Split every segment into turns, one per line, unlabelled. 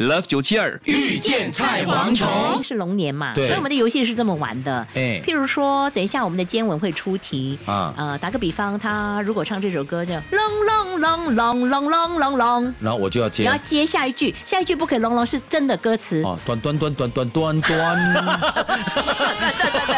Love 九七二遇见菜蝗虫。
是龙年嘛，
对
所以我们的游戏是这么玩的。
哎
譬如说，等一下我们的监文会出题
啊
呃，打个比方，他如果唱这首歌叫“隆隆隆隆隆隆隆隆
然后我就要”，接
然后接下一句，下一句不可以隆隆，是真的歌词。
哦，端端端端端端端，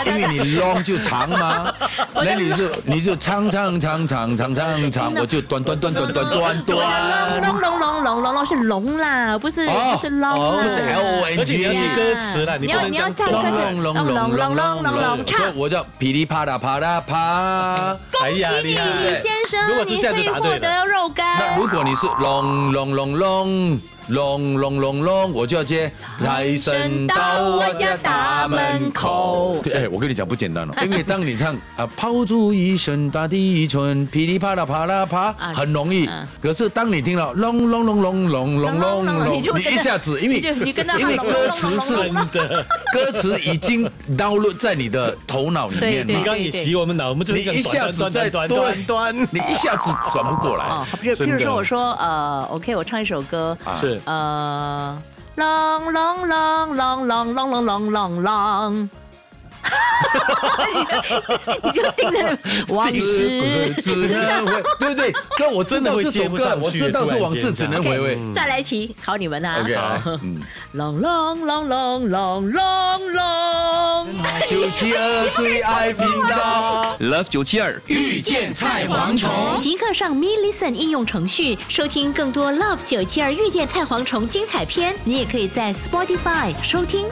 因为你 long 就长嘛，那你就你就长长长长长长长，我就端端端端端端
隆
端。
隆隆隆隆隆隆是龙啦，不是
哦
不是隆
哦
啦，
不是 L O N
而
G，
且要记歌词啦，
你
你不
要
能
你
这
要
样
唱歌词
断
隆隆隆隆隆隆
所以
唱。
我叫噼里啪啦啪啦啪。
哎呀，
犀利
厉害！
先生，
如果是
你
这样
可
就
以
答
获
对了。
得肉
那
干。
如果你是隆隆隆隆隆隆隆隆，我就要接财神到我家大门口。对，哎，我跟你讲不简 单哦，因为当你唱啊抛出一身大地春，噼里啪啦啪啦 啪，
啊
很容易
嗯。
可是当你听到隆隆隆隆隆隆隆隆，
你就
你
跟着
一下子因为
你就你跟着他
因为
隆隆隆
歌
隆
词是
真的，
歌词已经 download 在你的头脑里 面
对
你
嘛，
刚你洗我们脑，我们就
你
是讲
一下子在
短短短短，
你一下子转不过来
哦，。好比如，
真
譬如
的
说，我说呃，OK，我唱一首歌，
啊
是
呃，啷啷啷啷啷啷啷啷啷啷。 你就盯着那往事，
只能回，对不对？所以我知道这首歌，我知道是往事只能回 味。
再来一题，考你们啊！
OK，来， 嗯，
啷啷啷啷啷啷啷。
九七二最爱频道，Love 九七二遇见菜蝗虫。
即刻上 Me Listen 应用程序收听更多 Love 九七二遇见菜蝗虫精彩片，你也可以在 Spotify 收听